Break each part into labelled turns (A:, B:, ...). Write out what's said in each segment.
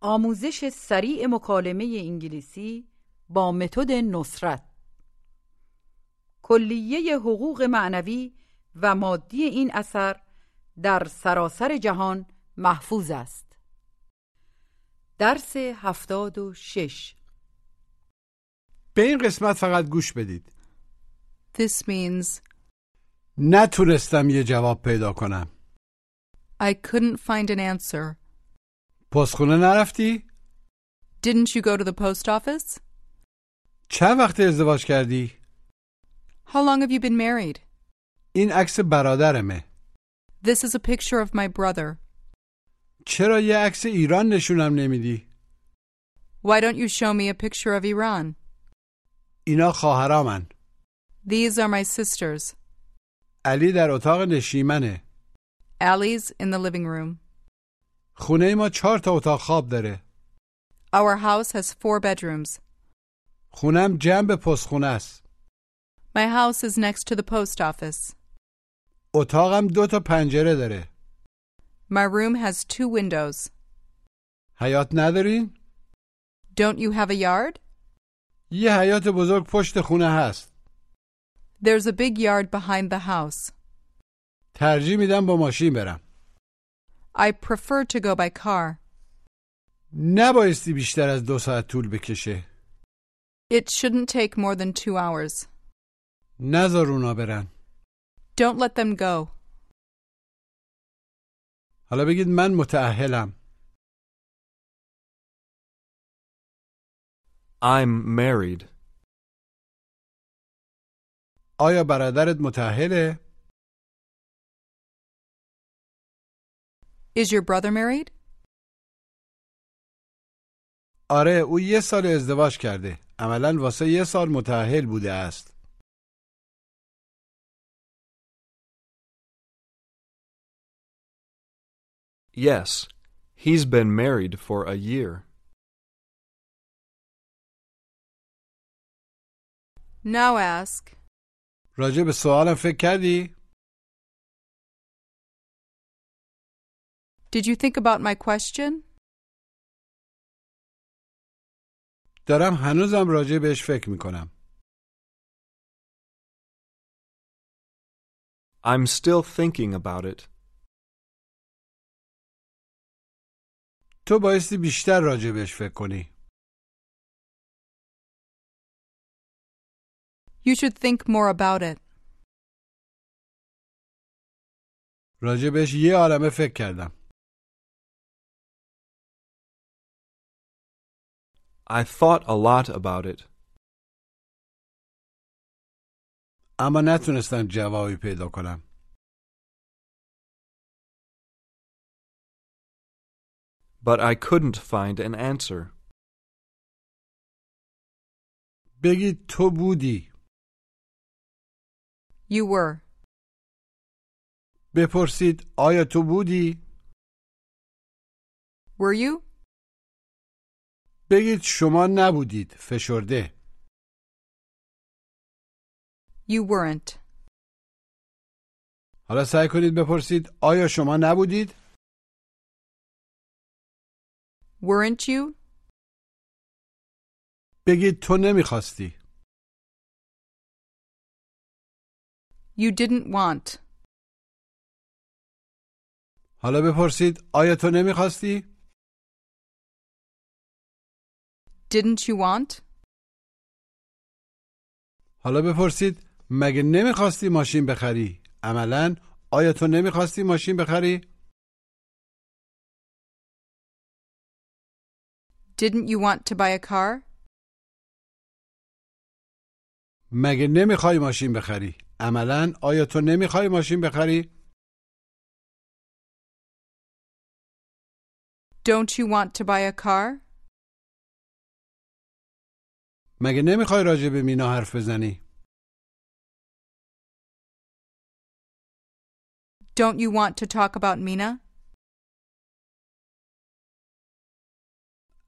A: آموزش سریع مکالمه انگلیسی با متد نصرت کلیه حقوق معنوی و مادی این اثر در سراسر جهان محفوظ است درس هفتاد و شش
B: به این قسمت فقط گوش بدید
C: This means
B: نتونستم یه جواب پیدا کنم
C: I couldn't find an answer.
B: پستخونه نرفتی؟
C: Didn't you go to the post office?
B: چند وقت ازدواج کردی؟
C: How long have you been married?
B: این عکس برادرمه
C: This is a picture of my brother.
B: چرا یه عکس ایران نشونم نمیدی؟
C: Why don't you show me a picture of Iran?
B: اینا خواهرامن
C: These are my sisters.
B: علی در اتاق نشیمنه
C: Allie's in the living room.
B: خونه ما چهار تا اتاق خواب داره
C: Our house has four bedrooms.
B: خونم جنب پستخونه است
C: My house is next to the post office.
B: اتاقم دو تا پنجره داره
C: My room has two windows.
B: حیات ندارین؟
C: Don't you have a yard?
B: یه حیات بزرگ پشت خونه هست
C: There's a big yard behind the house.
B: ترجیح میدم با ماشین برم
C: I prefer to go by car.
B: نبایستی بیشتر از دو ساعت طول بکشه
C: It shouldn't take more than two hours.
B: نذار اونا برن
C: Don't let them go.
B: حالا بگید من متعهلم
D: I'm married.
B: آیا برادرت متعهله؟
C: Is your brother married?
B: آره او یه سال ازدواج کرده عملا واسه یه سال متعهل بوده است
D: Yes. He's been married for a year.
C: Now ask,
B: راجع به سوالم فکر کردی؟
C: Did you think about my question?
B: دارم هنوزم راجع بهش فکر میکنم
D: I'm still thinking about it.
B: تو بایستی بیشتر راجع بهش فکر کنی
C: You should think more about it.
B: راجع بهش یه عالمه فکر کردم
D: I thought a lot about it.
B: اما نتونستم جوابی پیدا کنم
D: But I couldn't find an answer.
B: بگید تو بودی
C: You were.
B: بپرسید آیا تو بودی؟
C: Were you?
B: بگید شما نبودید فشرده
C: You weren't.
B: حالا سعی کنید بپرسید آیا شما نبودید؟
C: Weren't you?
B: بگید تو نمیخواستی
C: You didn't want.
B: حالا بپرسید آیا تو نمیخواستی؟
C: Didn't you want?
B: حالا بپرسید مگه نمیخواستی ماشین بخری؟ عملا آیا تو نمیخواستی ماشین بخری؟
C: Didn't you want to buy a car?
B: مگه نمیخوای ماشین بخری؟ عملا آیا تو نمیخوای ماشین بخری؟
C: Don't you want to buy a car?
B: مگه نمیخوای راجع به مینا حرف بزنی؟
C: Don't you want to talk about Mina?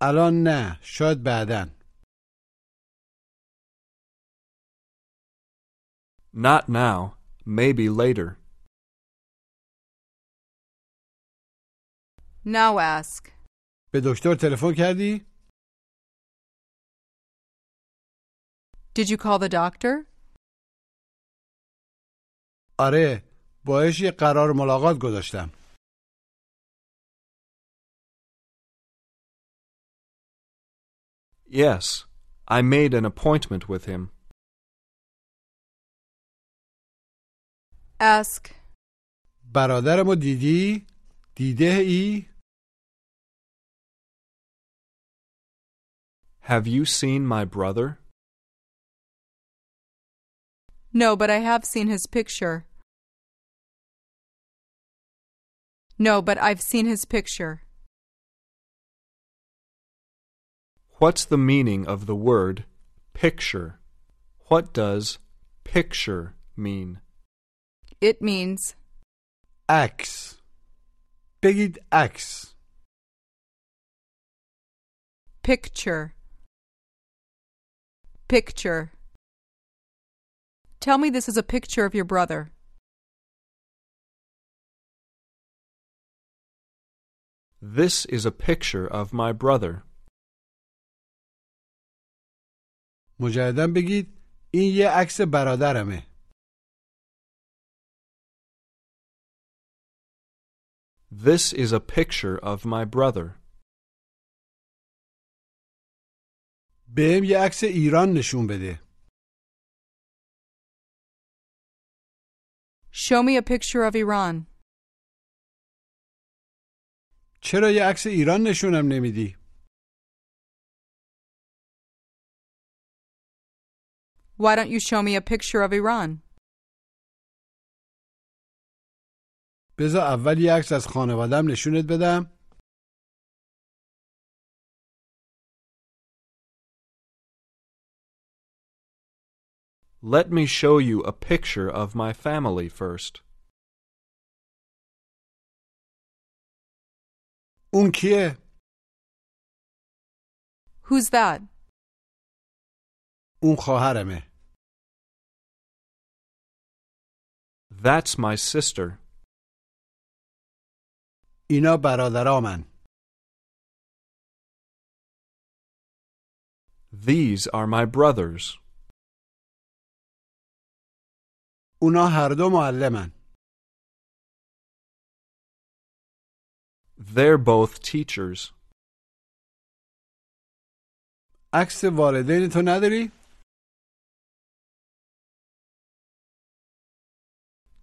B: الان نه شاید بعدا
D: Not now. Maybe later.
C: Now ask,
B: به دکتر تلفن کردی؟
C: Did you call the doctor?
B: آره باهاش یه قرار ملاقات گذاشتم
D: Yes, I made an appointment with him.
C: Ask.
B: برادرمو دیدی؟ دیده ای؟
D: Have you seen my brother?
C: No, but I have seen his picture. No, but I've seen his picture.
D: What's the meaning of the word picture? What does picture mean?
C: It means
B: عکس بگید عکس
C: picture. Picture. Tell me this is a picture of your brother.
D: This is a picture of my brother.
B: مجددا بگید این یه عکس برادرمه
D: This is a picture of my brother.
B: بهم یه عکس ایران نشون بده
C: Show me a picture of Iran.
B: چرا یه عکس ایران نشونم نمیدی؟
C: Why don't you show me a picture of Iran?
B: بذار اول یه عکس از خانوادم نشونت بدم
D: Let me show you a picture of my family first.
B: اون کیه؟
C: Who's that?
B: اون خواهرمه
D: That's my sister.
B: اینا برادرامن
D: These are my brothers.
B: اونا هر دو معلمن
D: They're both teachers.
B: عکس والدین تو نداری؟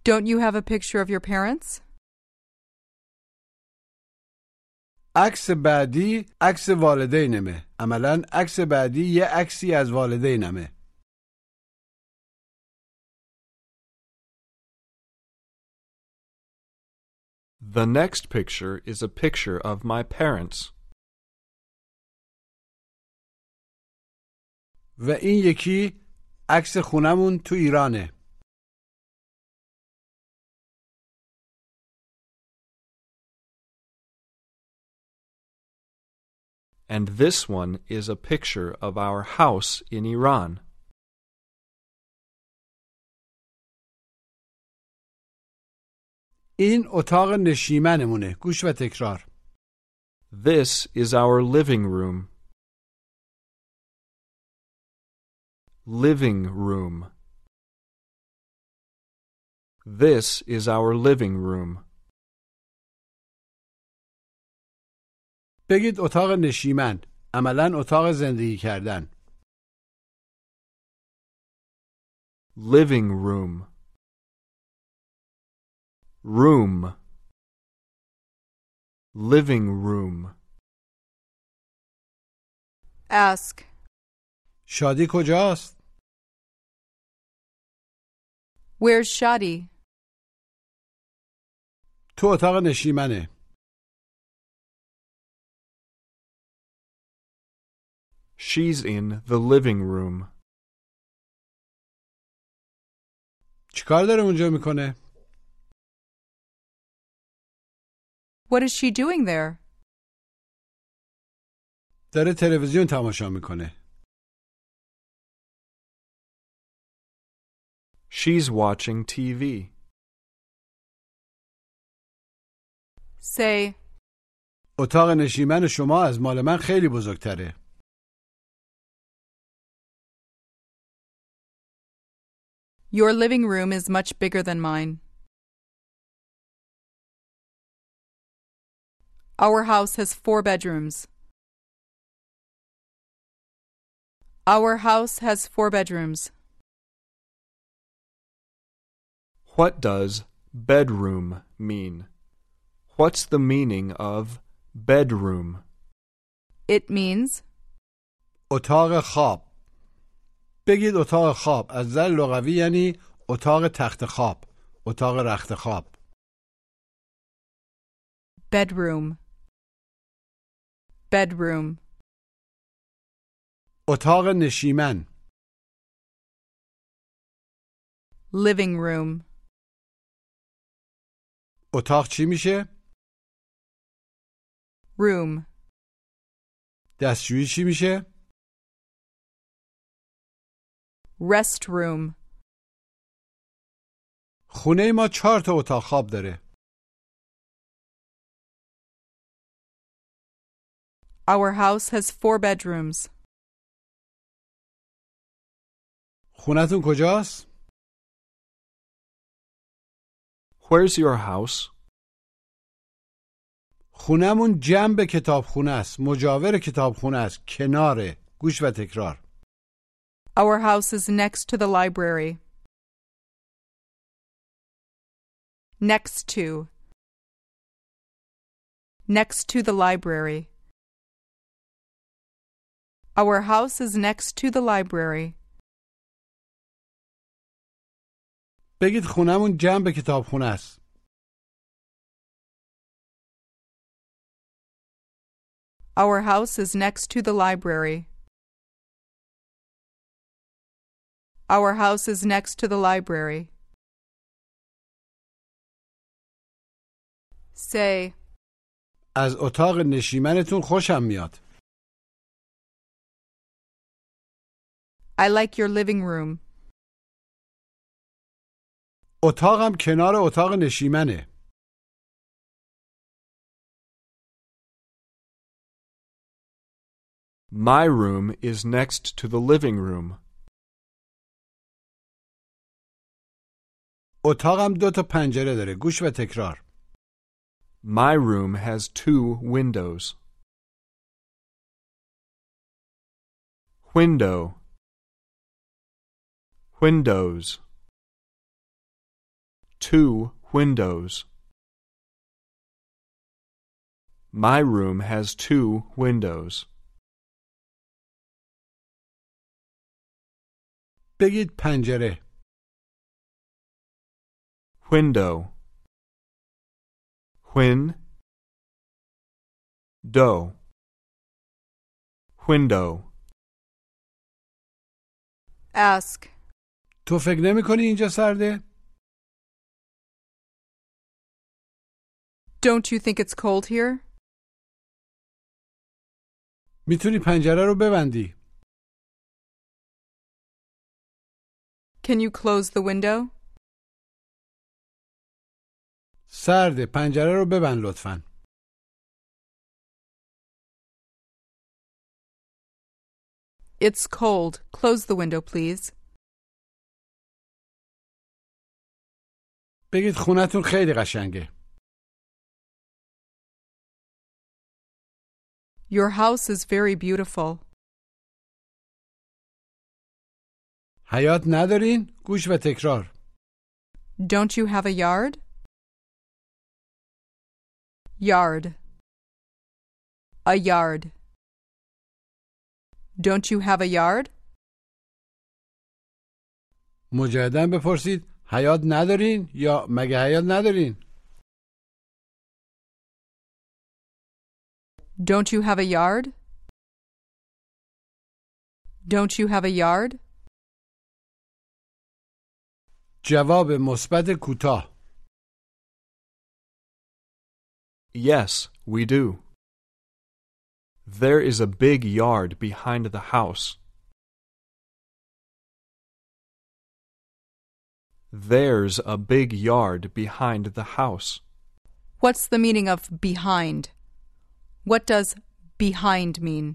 C: Don't you have a picture of your parents?
B: عکس بعدی عکس والدینمه عملا عکس بعدی یه عکسی از والدینمه
D: The next picture is a picture of my parents.
B: و این یکی عکس خونمون تو ایرانه
D: And this one is a picture of our house in Iran.
B: این اتاق نشیمنمونه گوش و تکرار
D: This is our living room. Living room. This is our living room.
B: بگید اتاق نشیمن عملا اتاق زندگی کردن
D: Living room. Room. Living room.
C: Ask.
B: شادی کجاست؟
C: Where's Shadi?
B: تو اتاق نشیمنه
D: She's in the living room.
B: چیکار داره اونجا میکنه؟
C: What is she doing there?
B: داره تلویزیون تماشا میکنه
D: She's watching TV.
C: Say,
B: اتاق نشیمن شما از مال من خیلی بزرگتره.
C: Your living room is much bigger than mine. Our house has four bedrooms. Our house has four bedrooms.
D: What does bedroom mean? What's the meaning of bedroom?
C: It means
B: اتاق خواب بگید اتاق خواب از نظر لغوی یعنی اتاق تخت خواب اتاق رخت خواب
C: bedroom. Bedroom.
B: اتاق نشیمن
C: Living room.
B: اتاق چی میشه؟
C: Room.
B: دستشویی چی میشه؟
C: Rest room.
B: خونه ما چهار تا اتاق خواب داره
C: Our house has four bedrooms.
B: خونتون کجاست؟
D: Where's your house?
B: خونمون جنب کتابخونه است مجاور کتابخونه است کناره گوش و تکرار
C: Our house is next to the library. Next to. Next to the library. Our house is next to the library.
B: بگید خونمون جنب کتابخونه است
C: Our house is next to the library. Our house is next to the library. Say,
B: از اتاق نشیمنتون خوشم میاد
C: I like your living room.
B: اتاقم کنار اتاق نشیمنه
D: My room is next to the living room.
B: اتاقم دو تا پنجره داره گوش و تکرار
D: My room has two windows. Window. Windows. Two windows. My room has two windows.
B: بگید پنجره
D: Window. Win. Doe. Window.
C: Ask,
B: تو فکر نمی کنی اینجا سرده؟
C: don't you think it's cold here?
B: میتونی پنجره رو ببندی
C: Can you close the window?
B: سرده پنجره رو ببند لطفا
C: It's cold. Close the window, please.
B: بگید خونتون خیلی قشنگه
C: Your house is very beautiful.
B: حیات ندارین؟ گوش و تکرار
C: Don't you have a yard? Yard. A yard. Don't you have a yard?
B: مجددا بپرسید حیات ندارین یا مگه حیات ندارین؟
C: Don't you have a yard? Don't you have a yard?
B: جواب مثبت کوتاه
D: Yes, we do. There is a big yard behind the house. There's a big yard behind the house.
C: What's the meaning of behind? What does behind mean?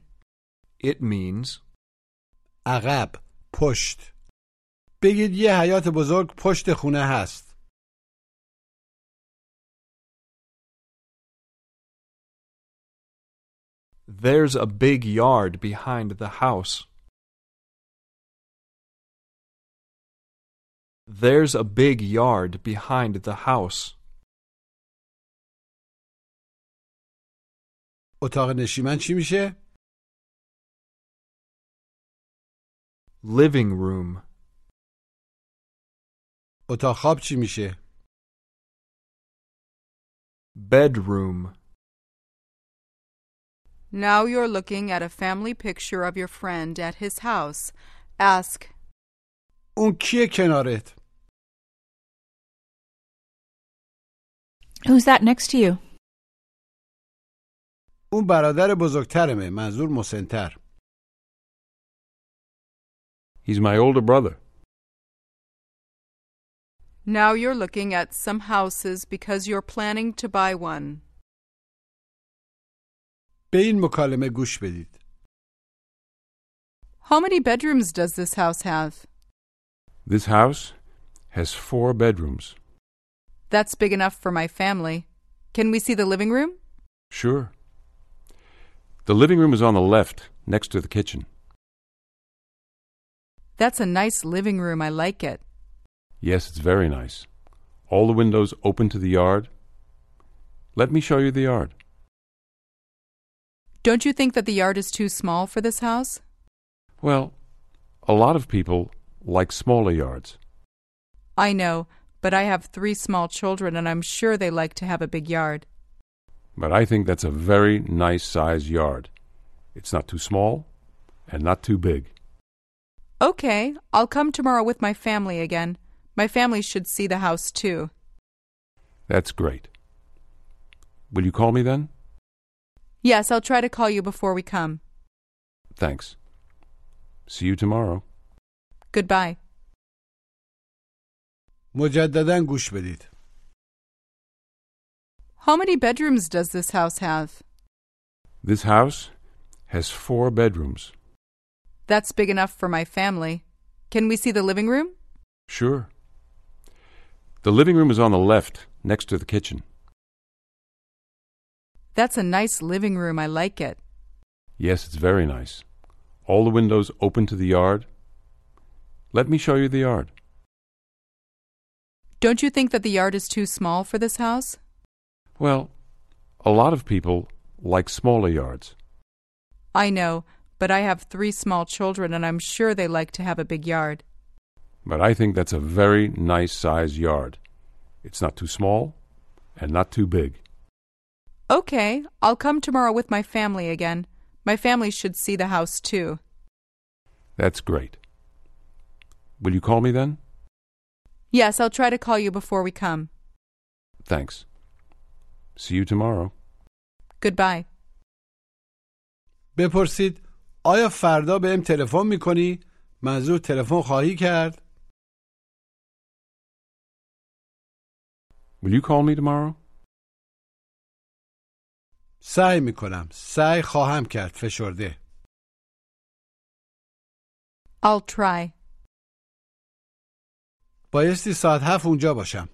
D: It means
B: عقب پشت بگید یه حیات بزرگ پشت خونه هست
D: there's a big yard behind the house. There's a big yard behind the house.
B: اتاق نشیمن چی میشه؟
D: Living room.
B: اتاق خواب چی میشه؟
D: Bedroom.
C: Now you're looking at a family picture of your friend at his house. Ask,
B: اون کیه کنارت؟
E: Who's that next to you?
B: اون برادر بزرگترمه منظور مسنتر
F: He's my older brother.
C: Now you're looking at some houses because you're planning to buy one.
B: به این مکالمه گوش بدید
C: How many bedrooms does this house have?
F: This house has four bedrooms.
C: That's big enough for my family. Can we see the living room?
F: Sure. The living room is on the left, next to the kitchen.
C: That's a nice living room. I like it.
F: Yes, it's very nice. All the windows open to the yard. Let me show you the yard.
C: Don't you think that the yard is too small for this house?
F: Well, a lot of people like smaller yards.
C: I know, but I have three small children and I'm sure they like to have a big yard.
F: But I think that's a very nice size yard. It's not too small and not too big.
C: Okay, I'll come tomorrow with my family again. My family should see the house too.
F: That's great. Will you call me then?
C: Yes, I'll try to call you before we come.
F: Thanks. See you tomorrow.
C: Goodbye.
B: مجددا گوش بدید
C: How many bedrooms does this house have?
F: This house has four bedrooms.
C: That's big enough for my family. Can we see the living room?
F: Sure. The living room is on the left, next to the kitchen.
C: That's a nice living room. I like it.
F: Yes, it's very nice. All the windows open to the yard. Let me show you the yard.
C: Don't you think that the yard is too small for this house?
F: Well, a lot of people like smaller yards.
C: I know, but I have three small children and I'm sure they like to have a big yard.
F: But I think that's a very nice size yard. It's not too small and not too big.
C: Okay, I'll come tomorrow with my family again. My family should see the house too.
F: That's great. Will you call me then?
C: Yes, I'll try to call you before we come.
F: Thanks. See you tomorrow.
C: Goodbye.
B: بپرسید آیا فردا بهم تلفن میکنی؟ منظور تلفن خواهی کرد؟
F: Will you call me tomorrow?
B: سعی میکنم سعی خواهم کرد فشرده
C: I'll try.
B: بایستی ساعت هفت اونجا باشم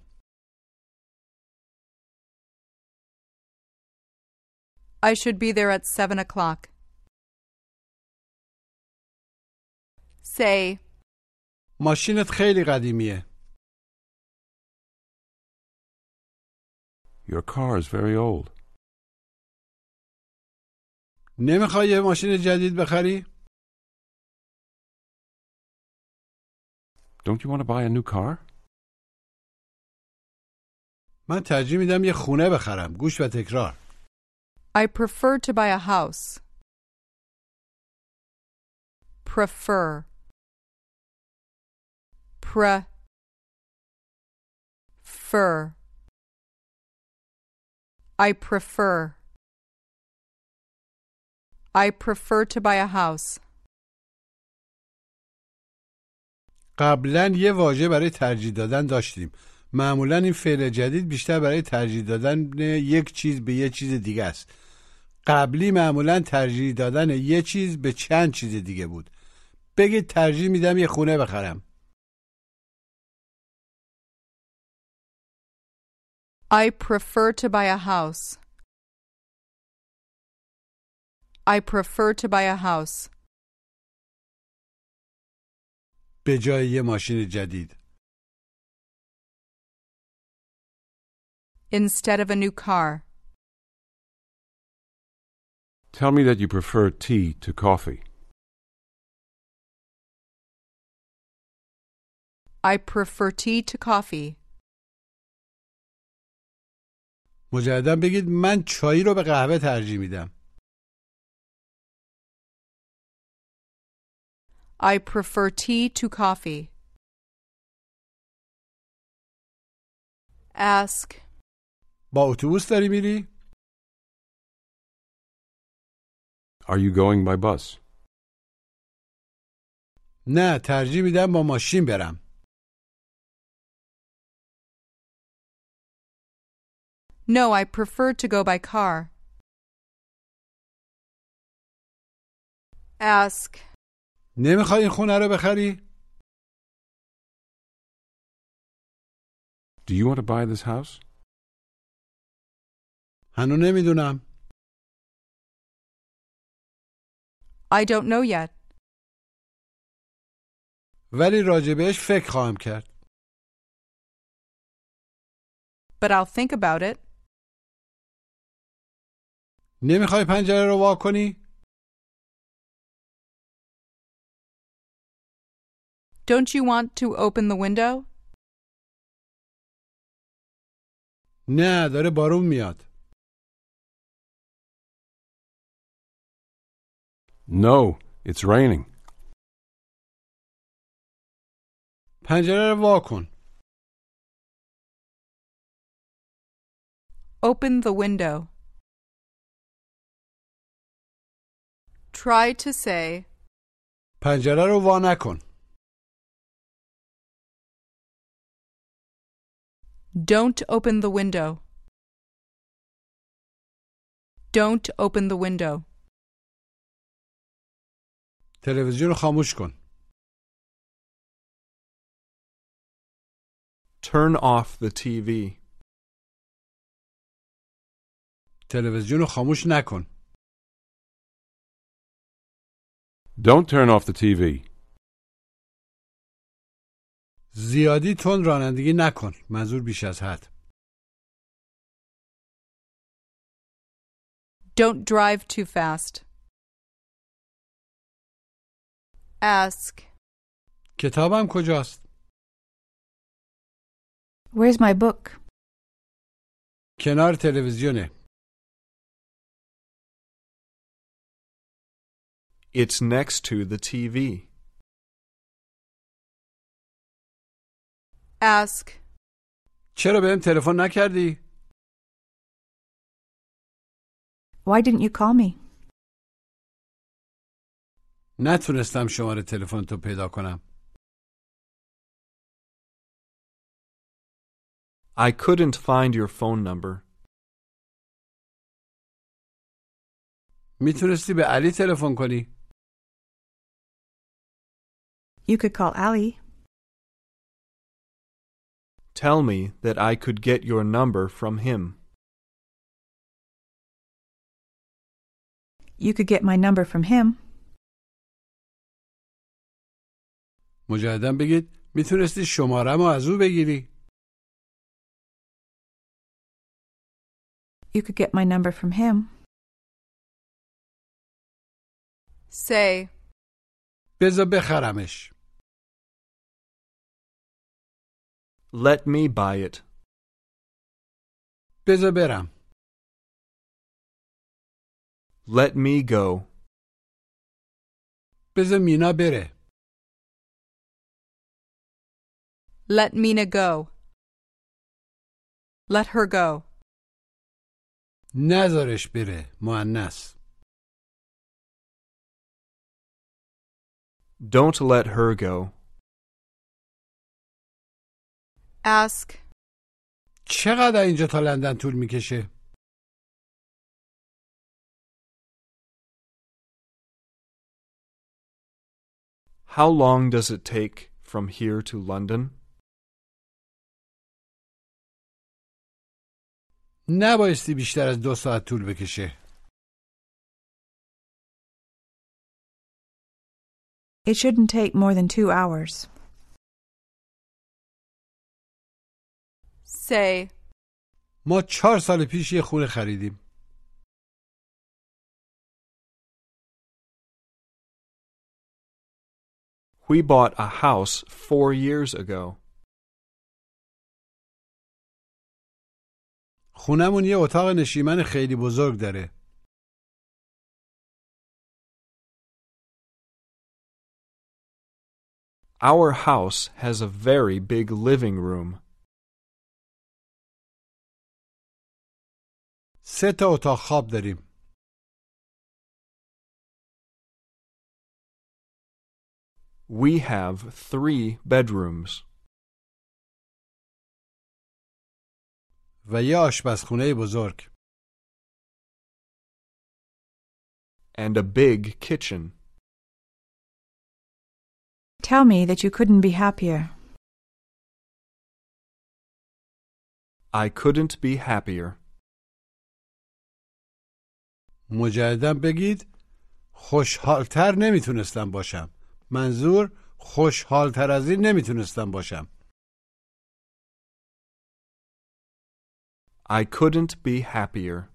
C: I should be there at seven o'clock. Say,
B: ماشینت خیلی قدیمیه
F: Your car is very old.
B: نمیخوای یه ماشین جدید بخری؟
F: Don't you want to buy a new car?
B: من ترجیح میدم یه خونه بخرم گوش و تکرار
C: I prefer to buy a house. Prefer. Pre. Fur. I prefer. I prefer to buy a house.
B: قبلا یه واژه برای ترجیح دادن داشتیم معمولا این فعل جدید بیشتر برای ترجیح دادن یک چیز به یه چیز دیگه است قبلی معمولا ترجیح دادن یه چیز به چند چیز دیگه بود بگید ترجیح میدم یه خونه بخرم
C: I prefer to buy a house. I prefer to buy a house.
B: به جای یه ماشین جدید
C: instead of a new car.
F: Tell me that you prefer tea to coffee.
C: I prefer tea to coffee.
B: مجددا بگید من چایی رو به قهوه ترجیح میدم
C: I prefer tea to coffee. Ask.
B: با اتوبوس داری میری
F: Are you going by bus?
B: نه ترجیح میدم با ماشین برم
C: No, I prefer to go by car. Ask.
B: نمیخوای این خونه رو بخری
F: Do you want to buy this house?
B: هنوز نمیدونم
C: I don't know yet,
B: ولی راجبش فکر خواهم کرد
C: but I'll think about it.
B: نمیخوای پنجره رو وا کنی
C: Don't you want to open the window?
B: نه داره بارون میاد
F: No, it's raining.
B: پنجره رو وا کن
C: Open the window. Try to say,
B: پنجره رو وا نکن
C: Don't open the window. Don't open the window.
B: تلویزیون رو خاموش کن
D: Turn off the TV.
B: تلویزیون رو خاموش نکن
F: Don't turn off the TV.
B: زیادی تند رانندگی نکن منظور بیش از حد
C: Don't drive too fast. Ask.
B: کتابم کجاست
E: Where's my book?
B: کنار تلویزیونه
D: It's next to the TV.
C: Ask.
B: چرا بهم تلفن نکردی
E: Why didn't you call me?
B: نتونستم شماره تلفن تو پیدا کنم
D: I couldn't find your phone number.
B: میتونستی به علی تلفن کنی
E: You could call Allie.
D: Tell me that I could get your number from him.
E: You could get my number from him.
B: مجددا بگید میتونستی شمارم رو از او بگیری
E: You could get my number from him.
C: Say.
B: بذار بخرمش
D: Let me buy it.
B: بذار برم
D: Let me go.
B: بذار مینا بره
C: Let Mina go. Let her go.
B: نذارش بره معنس
D: Don't let her go.
C: Ask.
B: چقدر اینجا تا لندن طول میکشه
D: How long does it take from here to London?
B: نبایستی بیشتر از دو ساعت طول بکشه
E: It shouldn't take more than two hours.
C: Say,
B: ما چهار سال پیش یه خونه خریدیم
D: We bought a house four years ago.
B: خونمون یه اتاق نشیمن خیلی بزرگ داره
D: Our house has a very big living room.
B: سه تا اتاق خواب داریم
D: We have three bedrooms
B: و یه آشپزخونه بزرگ
D: and a big kitchen.
E: Tell me that you couldn't be happier.
D: I couldn't be happier.
B: مجددا بگید خوشحالتر نمیتونستم باشم منظور خوشحالتر از این نمیتونستم باشم
D: I couldn't be happier.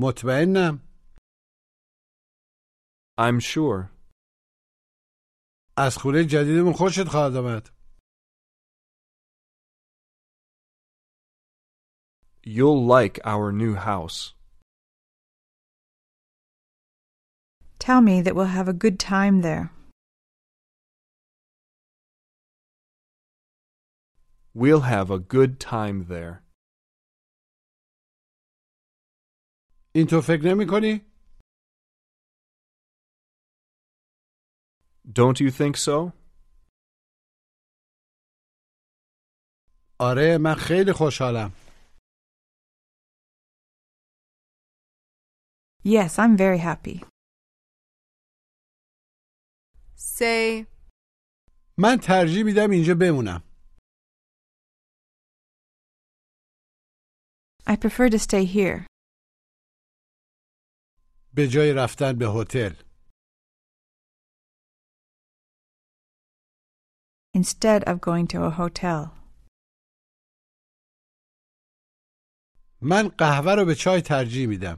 B: مطمئنم
D: I'm sure.
B: از خونه جدیدمون خوشت خواهد آمد
D: You'll like our new house.
E: Tell me that we'll have a good time there.
D: We'll have a good time there.
B: این تو فکر نمی کنی؟
D: Don't you think so?
B: آره من خیلی خوشحالم
E: Yes, I'm very happy.
C: say,
B: من ترجیح میدم اینجا بمونم
E: I prefer to stay here
B: به جای رفتن به هتل
E: instead of going to a hotel.
B: من قهوه رو به چای ترجیح میدم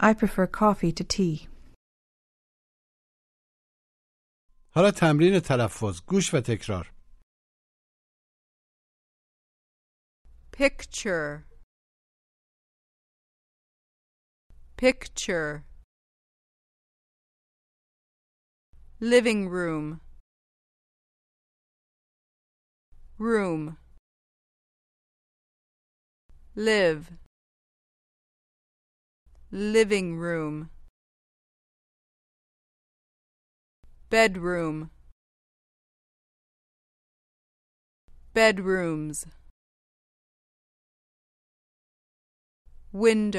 E: I prefer coffee to tea.
B: حالا تمرین تلفظ گوش و تکرار
C: picture, picture, living room, room, live, living room, bedroom. Bedrooms. window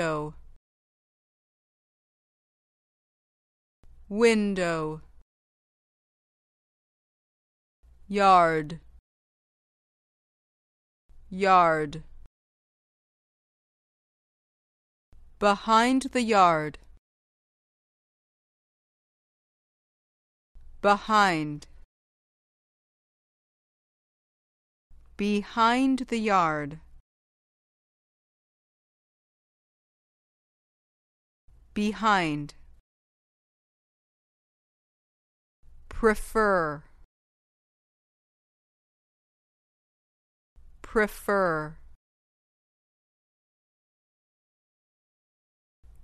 C: window yard yard behind the yard behind behind the yard behind prefer prefer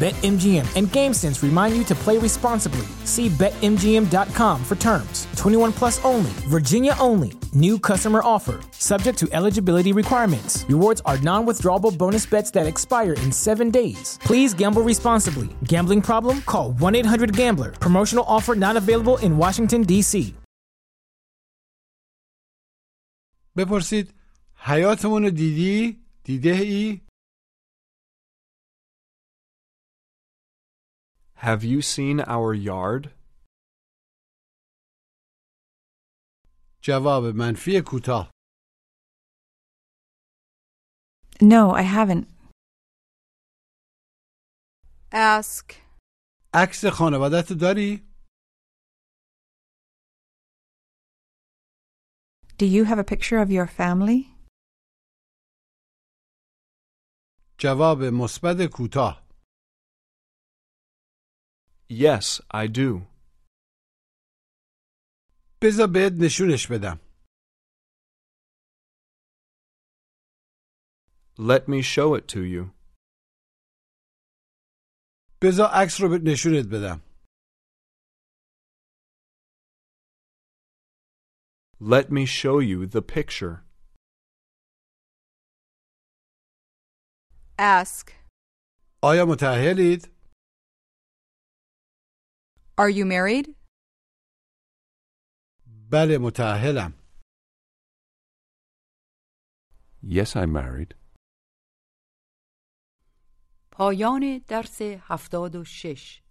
G: BetMGM and GameSense remind you to play responsibly. See BetMGM.com for terms. 21 plus only, Virginia only. New customer offer, subject to eligibility requirements. Rewards are non withdrawable bonus bets that expire in seven days. Please gamble responsibly. Gambling problem? Call 1 800 Gambler. Promotional offer not available in Washington, D.C.
B: بپرسید حیاتمون رو دیدی؟ دیده ای؟
D: Have you seen our yard?
B: جواب منفی کوتاه
E: No, I haven't.
C: Ask.
B: عکس خانوادت رو داری؟
E: Do you have a picture of your family?
B: جواب مثبت کوتاه
D: Yes, I do.
B: بذار بهت نشونش بدم
D: Let me show it to you.
B: بذار عکس رو بهت نشونت بدم
D: Let me show you the picture.
C: Ask.
B: آیا متأهلید؟
C: Are you married?
B: بله متأهلم
F: Yes, I'm married.
A: پایان درس هفتاد و شش